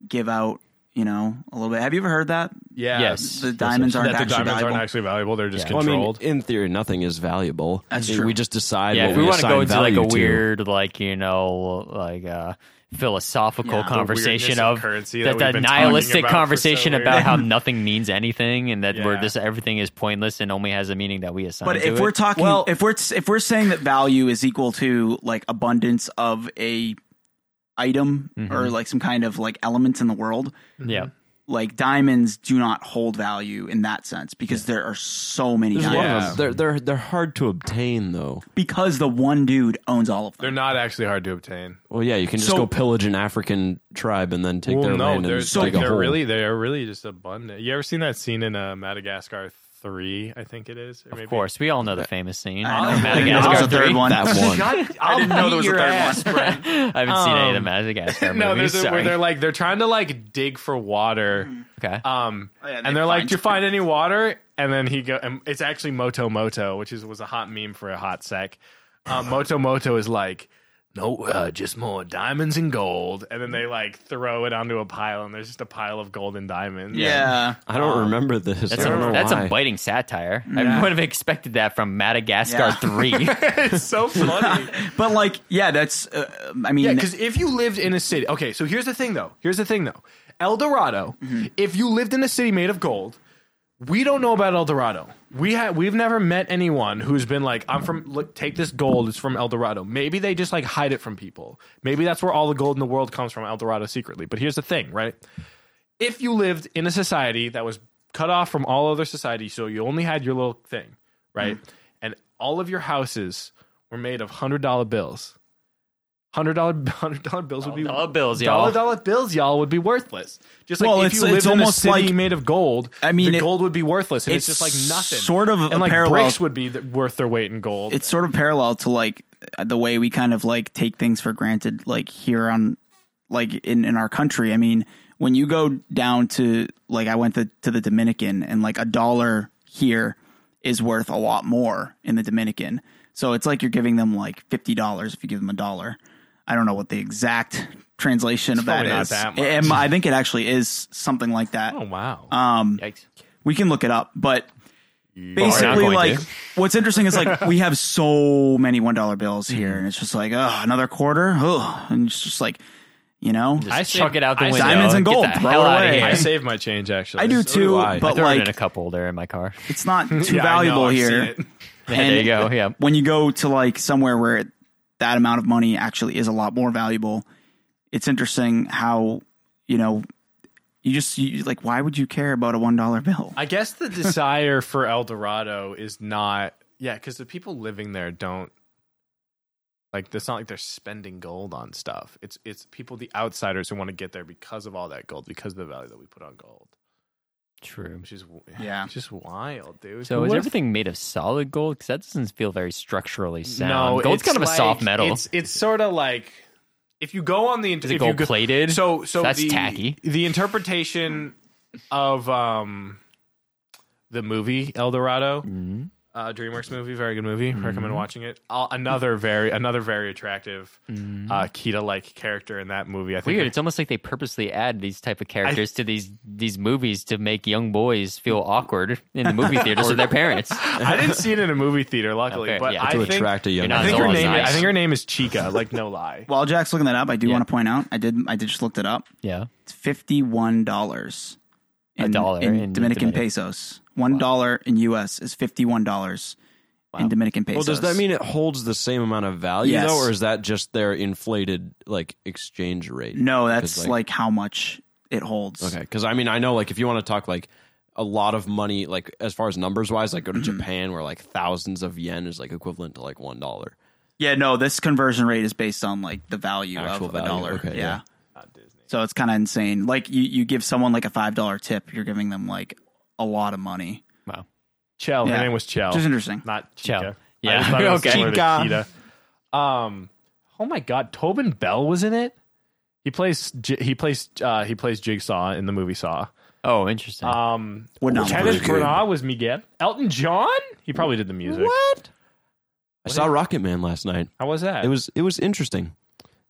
give out, you know, a little bit. Have you ever heard that? yeah, Yes. The diamonds That aren't the actually diamonds valuable. aren't actually valuable; they're just Yeah. Well, I mean, controlled. in theory, nothing is valuable. That's We- true. We just decide. yeah, what if we want to go into like a to. weird, like you know, like uh, philosophical Yeah. The conversation weirdness of of currency that, that we've the been talking nihilistic about for so conversation long. about how nothing means anything and that we're Yeah. just everything is pointless and only has a meaning that we assign. But to if it. we're talking, Well- if we're if we're saying that value is equal to like abundance of a item Mm-hmm. or like some kind of like element in the world, yeah, like diamonds do not hold value in that sense because there are so many There's a lot diamonds. Yeah. of them. They're they're they're hard to obtain though. Because the one dude owns all of they're them. not actually hard to obtain. Well, yeah, you can just So- go pillage an African tribe and then take Well, their no, land they're, and so dig a they're hole. really they're really just abundant. You ever seen that scene in uh, Madagascar three? I think it is. Or of course, we all know the famous scene. I know. Madagascar There's Oh, a third three. one. that one. I didn't know there was a third one. I haven't seen any of the Um, Madagascar no, movies. there's a, where sorry. they're like they're trying to like dig for water. okay. Um, Oh, yeah, and they they're like, find- "Do you find any water?" And then he go, and it's actually Moto Moto, which is was a hot meme for a hot sec. Um, Moto Moto is like, "No, uh, just more diamonds and gold." And then they like throw it onto a pile, and there's just a pile of gold and diamonds. yeah. I don't uh, remember this. That's I don't a, know that's why. a biting satire. I would have expected that from Madagascar Yeah. 3. it's so funny. But like, yeah, that's. Uh, I mean, Yeah, because if you lived in a city, okay. So here's the thing, though. Here's the thing, though. El Dorado. If you lived in a city made of gold, we don't know about El Dorado. We ha- we've never met anyone who's been like, "I'm from. Look, take this gold. It's from El Dorado." Maybe they just like hide it from people. Maybe that's where all the gold in the world comes from, El Dorado secretly. But here's the thing, right? If you lived in a society that was cut off from all other society, so you only had your little thing, right? Mm-hmm. And all of your houses were made of hundred dollar bills. Hundred dollar hundred dollar bills would be Dollar bills, dollar y'all. dollar bills, y'all would be worthless. Just like Well, if it's- you it's lived in almost a city like- made of gold, I mean, the it- gold would be worthless, and it's, it's just like nothing. sort of a and like parallel- bricks would be th- worth their weight in gold. it's sort of parallel to like the way we kind of like take things for granted like here on like in in our country i mean when you go down to like i went to, to the dominican and like a dollar here is worth a lot more in the dominican so it's like you're giving them like $50 if you give them a dollar i don't know what the exact translation of that probably not is that much. It- it- i think it actually is something like that Um, oh wow, Uh, Yikes. we can look it up, but basically, going like, to. what's interesting is like we have so many one dollar bills here, and it's just like, oh, another quarter, oh, and it's just like, you know, I Just chuck saved- it out the I window. diamonds and Get gold, the throw hell it outta away. here. I I- save my change actually. I do So- too, do I. I but throw it like, in a cup holder in my car. it's not too Yeah, I know, valuable I've seen here. it. Yeah, there you go. Yeah. when you go to like somewhere where that amount of money actually is a lot more valuable, it's interesting how you know you just you, like why would you care about a one dollar bill? I guess the desire for El Dorado is not, yeah, because the people living there don't Like it's not like they're spending gold on stuff. It's it's people, the outsiders who want to get there because of all that gold, because of the value that we put on gold, True. which is w- Yeah. it's just wild, dude. So is What if- everything made of solid gold? Because that doesn't feel very structurally sound. No, gold's it's kind of a soft like- metal. It's it's sort of like if you go on the inter- Is it if you gold go- plated? So so That's the, tacky. The interpretation of um the movie El Dorado, Mm-hmm. uh, DreamWorks movie, very good movie. Recommend watching it. Uh, another very another very attractive uh, Kita like character in that movie. I think Mm-hmm. Weird. It's almost like they purposely add these type of characters to these these movies to make young boys feel awkward in the movie theaters with their parents. I didn't see it in a movie theater, luckily, Okay, but yeah. I to think attract a young. not I think her Zoa's name nice. I think her name is Chica. Like no lie. While Jack's looking that up, I do Yeah. want to point out I did I did just looked it up. Yeah. It's fifty one dollars. A dollar in, in Dominican Dominican. pesos. One dollar in U.S. is fifty one dollars in Dominican Well, pesos. does that mean it holds the same amount of value Yes. though, or is that just their inflated like exchange rate? no? Because, That's like, how much it holds. Okay, because I mean, I know like if you want to talk like a lot of money, like as far as numbers wise, like go Mm-hmm. to Japan where like thousands of yen is like equivalent to like one dollar. Yeah, no, this conversion rate is based on like the value Actual of a value, dollar. okay, yeah. yeah. So it's kind of insane. Like you, you give someone like a five dollar tip, you're giving them like a lot of money. Wow. Chell. Yeah. Her name was Chell. Which is interesting. Oh. not Chow. Chica. Yeah. I just thought it was Okay. similar to Chica. Kita. Um, oh my God, Tobin Bell was in it. He plays J- he plays uh, he plays Jigsaw in the movie Saw. Oh, interesting. Um, Would not Kenneth be good. Branagh was Miguel. Elton John. He probably did the music. What? I saw Rocket Man last night. How was that? It was it was interesting.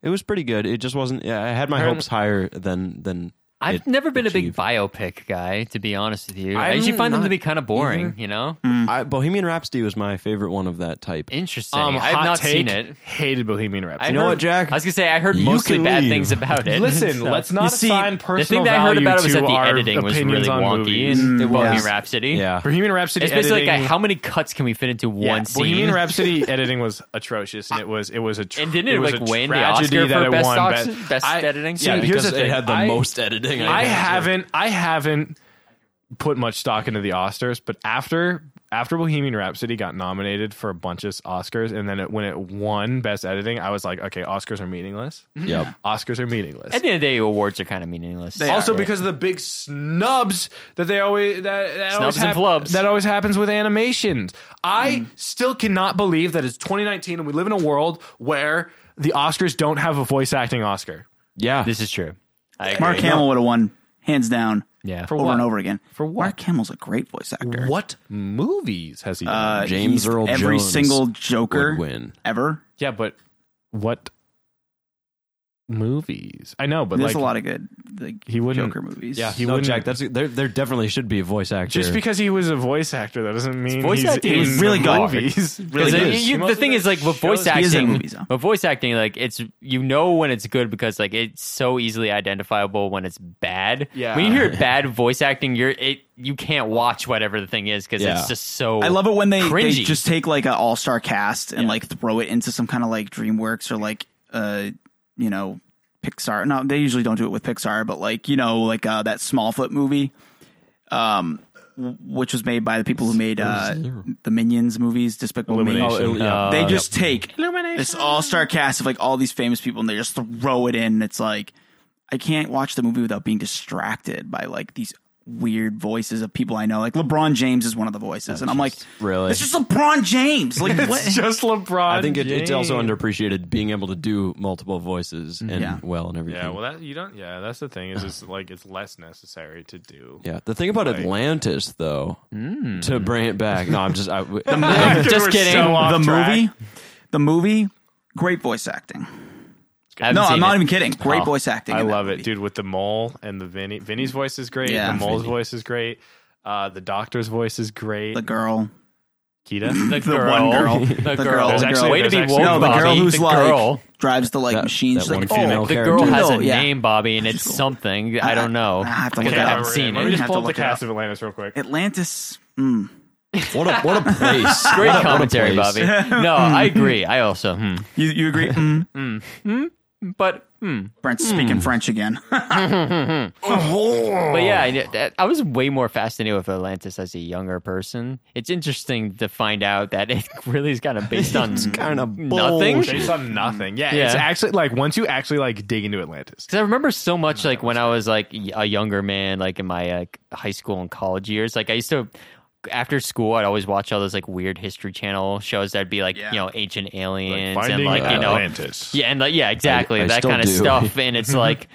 It was pretty good. It just wasn't. Yeah, I had my Apparently- hopes higher than than. I've it never been a big achieved. biopic guy, to be honest with you. i I'm usually find them to not be kind of boring, you know? Mm. I, Bohemian Rhapsody was my favorite one of that type. Interesting. Um, I've hot not take, seen it. Hated Bohemian Rhapsody. I know heard- what, Jack? I was gonna say I heard You mostly can bad leave. things about it. Listen, so- let's not You see, assign The personal thing that I heard value about it was to that the our editing was opinions on really wonky movies. in Bohemian yeah. Rhapsody. Yeah, Bohemian Rhapsody. It's basically like editing- a, how many cuts can we fit into Yeah, one scene? Bohemian Rhapsody editing was atrocious, and it was it was a tr- And didn't it, was like, a win the tragedy Oscar that for it best won docs- best, best I- editing? Dude, Yeah, here's the because thing. it had the I- most editing. I guess. haven't I haven't put much stock into the Oscars, but after after Bohemian Rhapsody got nominated for a bunch of Oscars, and then it, when it won Best Editing, I was like, okay, Oscars are meaningless. Yep. Oscars are meaningless. At the end of the day, awards are kind of meaningless. also, because of the big snubs that they always that, that Snubs always and hap- flubs. that always happens with animations. I still cannot believe that it's 2019 and we live in a world where the Oscars don't have a voice acting Oscar. Yeah. this is true. I Mark agree. Hamill would have won hands down Yeah. For over what? and over again. For what? Mark Hamill's a great voice actor. What movies has he done? Uh, James he's Earl every Jones single Joker would win. ever. Yeah, but what movies? I know, but There's like a lot of good like he wouldn't- Joker movies. yeah, he no, wouldn't. Jack. That's there. There definitely should be a voice actor. just because he was a voice actor, that doesn't mean voice he's acting in is the really good. movies. Because Really it- good. you- the Most thing of is like with voice He is in acting, movies, though. with voice acting, like it's you know when it's good because like it's so easily identifiable when it's bad. Yeah. When you hear bad voice acting, you're it you can't watch whatever the thing is because Yeah. it's just so. I love it when they, they Cringy. just take like an all star cast and like throw it into some kind of like DreamWorks or like uh you know Pixar. No, they usually don't do it with Pixar, but like you know like uh, that Smallfoot movie, um, w- which was made by the people who made uh, the Minions movies, Despicable Me. Illumination. Oh, yeah. They Uh, just take this all star cast of like all these famous people and they just throw it in. It's like I can't watch the movie without being distracted by like these weird voices of people I know. Like LeBron James is one of the voices, and I'm like, really? It's just LeBron James. Like what? it's just LeBron. I think it, it's also James. underappreciated being able to do multiple Mm-hmm. voices and Yeah. well and everything. Yeah, well, that you don't. Yeah, that's the thing is, it's like it's less necessary to do. Yeah. The thing about Atlantis, though, Mm. to bring it back. No, I'm just. I, Just We're kidding. so off the track. movie, the movie, great voice acting. I haven't No, seen I'm not it. even kidding. Great Oh, voice acting. I in that love it, movie. dude. With the mole and the Vinny, Vinny's voice is great. Yeah. the mole's voice is great. Uh, the doctor's voice is great. The girl, Kita, The, the one girl, The girl. There's the actually- girl. Way to be there's woke, actually- no, the Bobby. girl who's the like girl. drives the like That- machine. that She's like, one oh, female the The character. girl girl, has a yeah. name, Bobby, and it's something. I don't know. I have to look Okay, it I up. haven't seen Let me it. just Have pull to up the look it cast up. of Atlantis real quick. Atlantis. Mm. what a what a place. Great What a- what a commentary, place. Bobby. No, I agree. I also. hmm. You you agree? Mm. But Brent's speaking French again. But yeah, I- that- I was way more fascinated with Atlantis as a younger person. It's interesting to find out that it really is kind of based on Mm-hmm. kind of nothing. Based on nothing. Yeah, Yeah. It's actually like once you actually like dig into Atlantis. Because I remember so much, like when I was like y- a younger man, like in my like, high school and college years, like I used to. After school, I'd always watch all those like weird History Channel shows that'd be like Yeah. you know ancient aliens and Finding like you know Atlantis. yeah and like yeah exactly I that still kind of do. stuff and it's like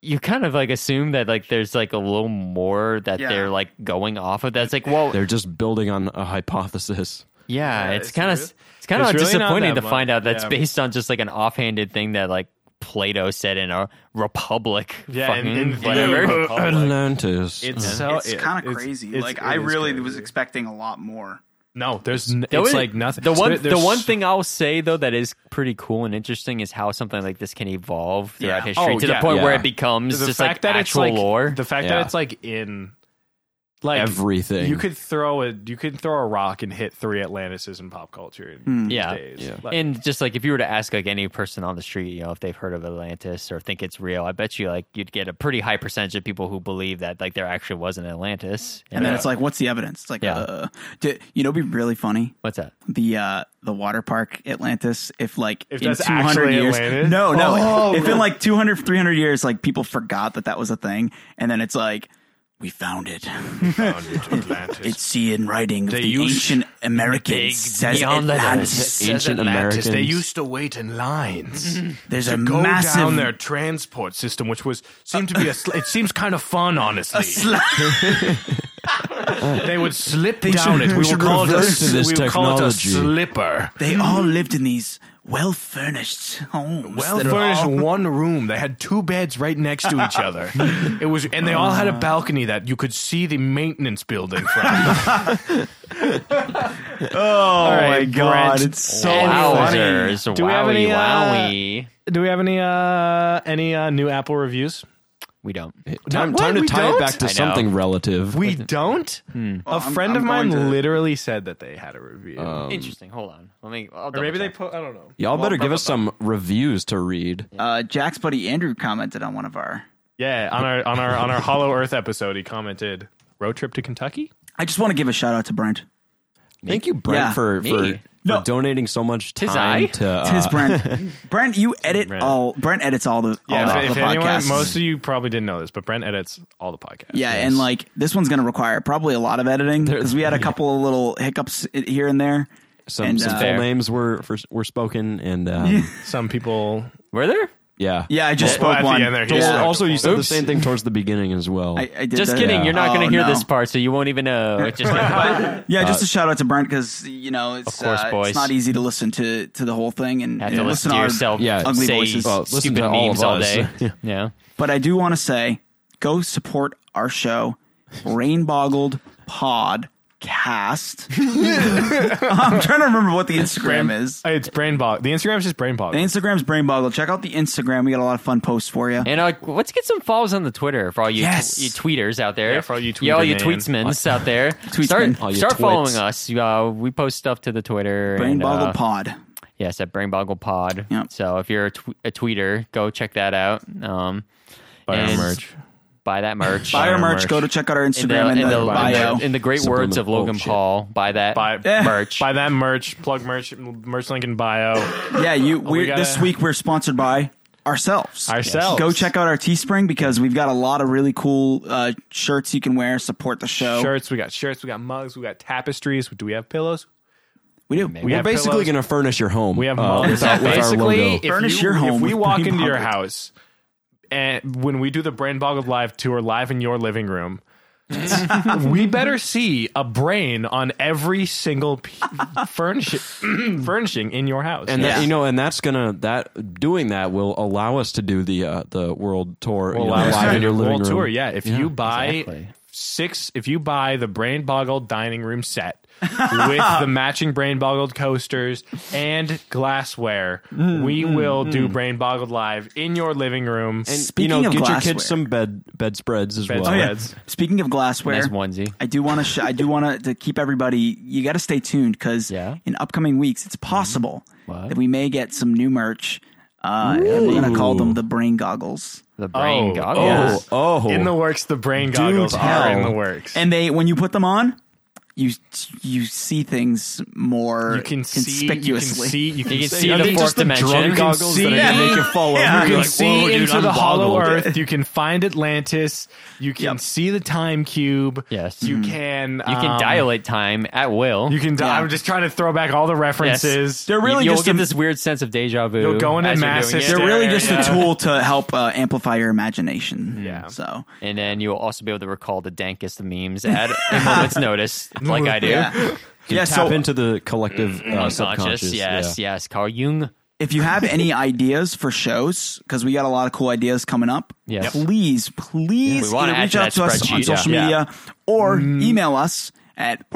you kind of like assume that like there's like a little more that Yeah. they're like going off of that's like well They're just building on a hypothesis. yeah, it's it's kind of real- it's kind of it's really not disappointing that to find much, out that's yeah. based on just like an offhanded thing that like Plato said in a republic, Yeah, fucking and- and- whatever. and- Atlantis. Oh, It's Uh, so it's it- kind of it's- crazy. it's- like it I is really crazy. was expecting a lot more. No, there's n- That it's was- like nothing. The one, There- the there's- one thing I'll say though that is pretty cool and interesting is how something like this can evolve throughout Yeah. history Oh, to yeah. the point where Yeah. it becomes the just fact like that it's actual like lore. the fact Yeah. that it's like in like Everything. You could throw a you could throw a rock and hit three Atlantises in pop culture. In Hmm. these Yeah. days. Yeah. Like, and just like if you were to ask like any person on the street, you know, if they've heard of Atlantis or think it's real, I bet you like you'd get a pretty high percentage of people who believe that like there actually was an Atlantis. And then it's like, what's the evidence? It's like, Yeah. uh, d- you know, it'd be really funny what's that? the uh the water park Atlantis if like If in that's 200 actually years Atlantis? Oh. no no if in like 200 300 years like people forgot that that was a thing and then it's like we found it it's see in writing of the used ancient Americans says beyond the- Atlantis Ancient Americans. They used to wait in lines. there's a Go massive down their transport system, which was seemed to be a. Sl- it seems kind of fun, honestly. they would slip down should- it. we We would should call it a, reverse s- this we would call it a technology. slipper. they all lived in these well furnished homes Well that are furnished all- one room. They had two beds right next to each other. It was, and they all had a balcony that you could see the maintenance building from. oh my right, god Brent. it's so funny Wowzers, Do we have wowie, any, uh, wowie. Do we have any uh, any uh, new Apple reviews? We don't. time What? time to We tie don't? it back to know. something relative. We don't. A I'm- friend I'm of mine going to- literally said that they had a review, Interesting. Hold on. Let me. I'll or maybe double they check. put. I don't know. Y'all better give us some reviews to read. uh, Jack's buddy Andrew commented on one of our Yeah, on our on our on our Hollow Earth episode, he commented, "Road trip to Kentucky." I just want to give a shout out to Brent Thank you, Brent, Yeah. for, for, Me. for donating so much time I. to. Uh, Tis Brent. Brent, you edit all. Brent edits all the all the, if, if the anyone, podcasts. most of you probably didn't know this, but Brent edits all the podcasts. yeah, and like this one's going to require probably a lot of editing because we had a couple of little hiccups i- here and there. some and, some uh, full names were for, were spoken, and um, some people. Were there? yeah, Yeah, I just Well, spoke at the one. end there, he Also- Yeah. Also, you said the Oops. same thing towards the beginning as well. I, I did Just that. kidding. You're not going Oh, to hear no. this part, so you won't even know. It's just Yeah, just a shout out to Brent because you know it's, course, uh, boys. it's not easy to listen to to the whole thing and, have and to listen listen to our yourself. yeah, ugly say voices. Well, listen stupid to all memes of all us. day. Yeah. yeah. But I do want to say, go support our show, Brain Boggled Podcast. I'm trying to remember what the Instagram is. Uh, It's brain bog. The Instagram's just brain bog. The Instagram's Brain Boggled. Check out the Instagram. We got a lot of fun posts for you. And uh, let's get some follows on the Twitter for all you Yes. you tweeters out there. Yeah, for all you yeah, all you tweeter tweetsmans out there. start All you start twits. following us. You, Uh, we post stuff to the Twitter. Brain and, Boggled uh, Pod. Yes, at Brain Boggle Pod. Yep. So if you're a, tw- a tweeter, go check that out. Um, Buy our and merch. Buy that merch. Buy our merch. merch. Go to check out our In the, Instagram in and the- the bio. in the- in the great Supplement. words of Logan Oh, shit. Paul, buy that Buy- merch. Buy that merch. Plug merch. Merch link in bio. Yeah, you. We're, gotta- this week we're sponsored by ourselves. Ourselves. Go check out our Teespring because we've got a lot of really cool uh, shirts you can wear. Support the show. Shirts. We got shirts. We got mugs. We got tapestries. Do we have pillows? We do. We're have basically pillows. going to furnish your home. We have uh, mugs. with, our- with our Basically, logo. if Furnish you- your home If we with walk brain into your boggled. house, and when we do the brain boggled live tour live in your living room. we better see a brain on every single p- furnish- furnishing in your house. And Yeah. that, you know, and that's gonna that doing that will allow us to do the uh, the world tour you know, allow us to live do in your the living world room. tour. Yeah, if you buy exactly. six, if you buy the brain boggled dining room set with the matching brain boggled coasters and glassware, Mm, we will do brain boggled live in your living room. And, Speaking you know, of get your glassware. kids some bed bedspreads as well. Oh, yeah. Reds. Speaking of glassware, Nice onesie. I do want to. Sh- I do want to keep everybody. You got to stay tuned because Yeah. in upcoming weeks, it's possible What? that we may get some new merch. Uh, I'm gonna call them the brain goggles. The brain Oh, goggles. Yes. Oh, In the works, the brain goggles are tell. in the works. And they, when you put them on, you you see things more you can see, you can conspicuously. see, you can, can see, see I the mean, fourth just the dimension. You drug can goggles see that are it. gonna make you fall over. Yeah. You You're can like, see "Whoa, dude, into I'm the hollow boggled." earth. You can find Atlantis. You can Yep. see the time cube. Yes. you can. You can um, dilate time at will. You can. Di- Mm-hmm. Yeah. I'm just trying to throw back all the references. They're really You'll just get a- this weird sense of deja vu. You'll go into as you're mass doing it. hysteria. They're really just Yeah. a tool to help uh, amplify your imagination. Yeah. So and then you'll also be able to recall the dankest memes at a moment's notice, like I do. yeah, yeah. So tap into the collective Mm, uh, subconscious. Subconscious, yes, yes. Carl Jung. if you have any ideas for shows, because we got a lot of cool ideas coming up, Yes. please, please We wanna either add reach to out that to us on spreadsheet, social yeah. Mm. media or email us at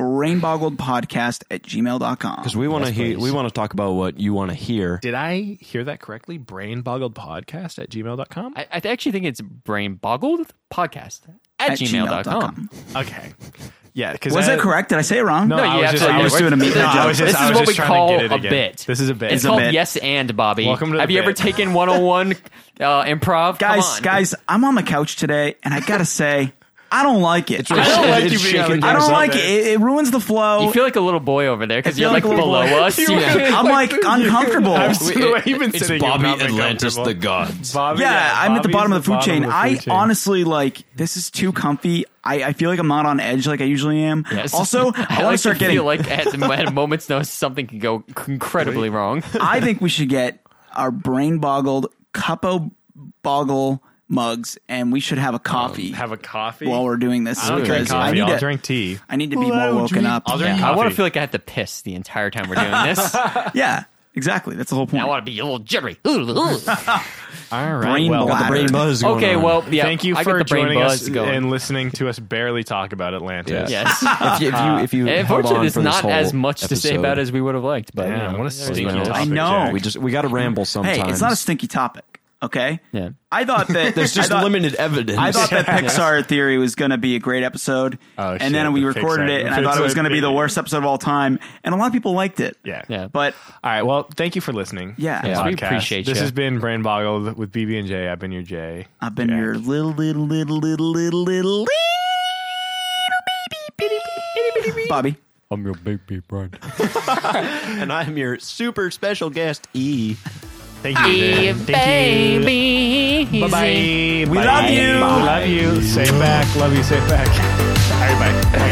brainboggledpodcast at gmail.com. Because we want to Yes, hear, please. we want to talk about what you want to hear. Did I hear that correctly? Brain boggled podcast at gmail.com? I, I actually think it's brain boggled podcast at, gmail.com. Okay. Yeah. Cause Was I- that correct? Did I say it wrong? No, you I was absolutely just- I did. was doing a meat This- joke. I was just- This I is was what just we trying to call get it a again. bit. This is a bit. It's, It's a called bit. Yes and Bobby. Welcome to the Have you ever bit. taken 101 uh, improv? Come guys, on. guys, I'm on the couch today, and I gotta say, I don't like it. I don't like you being on the I couch don't all like it. day. it. It ruins the flow. You feel like a little boy over there I because feel you're like, like a little below boy. us. You yeah. really I'm like uncomfortable. I'm so- the way you've been It's sitting, Bobby you've not been Atlantis, comfortable. the gods. Bobby, yeah, I'm at the Bobby's bottom of the food bottom chain. of the I food chain. honestly like this is too comfy. I, I feel like I'm not on edge like I usually am. Yes. Also, I, want like to start feel getting. like at, the, at a moment's notice something could go incredibly wrong. I think we should get our brain boggled cupo boggle mugs, and we should have a coffee have a coffee. while we're doing this. I don't drink because I coffee. need I'll to, drink tea. I need to be more woken up. I'll drink Yeah, I coffee. want to feel like I have to piss the entire time we're doing this. I Yeah, exactly. That's the whole point. want to be a little jittery. Ooh, ooh. All right. Brain well, bladder. Brain buzz. Going Okay, on. well, yeah. Thank you I get for the brain joining buzz us going. and listening to us barely talk about Atlantis. Yeah. yes. if you, if you, if you held on uh, Unfortunately, it's for this not as whole much to say episode, about as we would have liked. But Damn, you know, what a there's stinky what it is. topic. I know. Jack. We just we got to ramble sometimes. Hey, it's not a stinky topic. Okay. Yeah. I thought that There's just I thought- limited evidence. I thought that Pixar Theory was going to be a great episode, Oh, and shit, then we the recorded Pixar- it, and I thought it was Pixar going to be the Theory. worst episode of all time, and a lot of people liked it. Yeah. Yeah. But All right. Well, thank you for listening. Yeah. to the Yeah, we podcast. appreciate This ya. has been Brain Boggled with BB and J. I've been your J. I've been your little, little, little, little, little, little Bobby. I'm your baby, Brian. and I'm your super special guest E. Thank you. dude. Thank you. Baby. Bye-bye. Bye bye. love you. Love you. Safe back. Love you. Safe back. All right. Bye.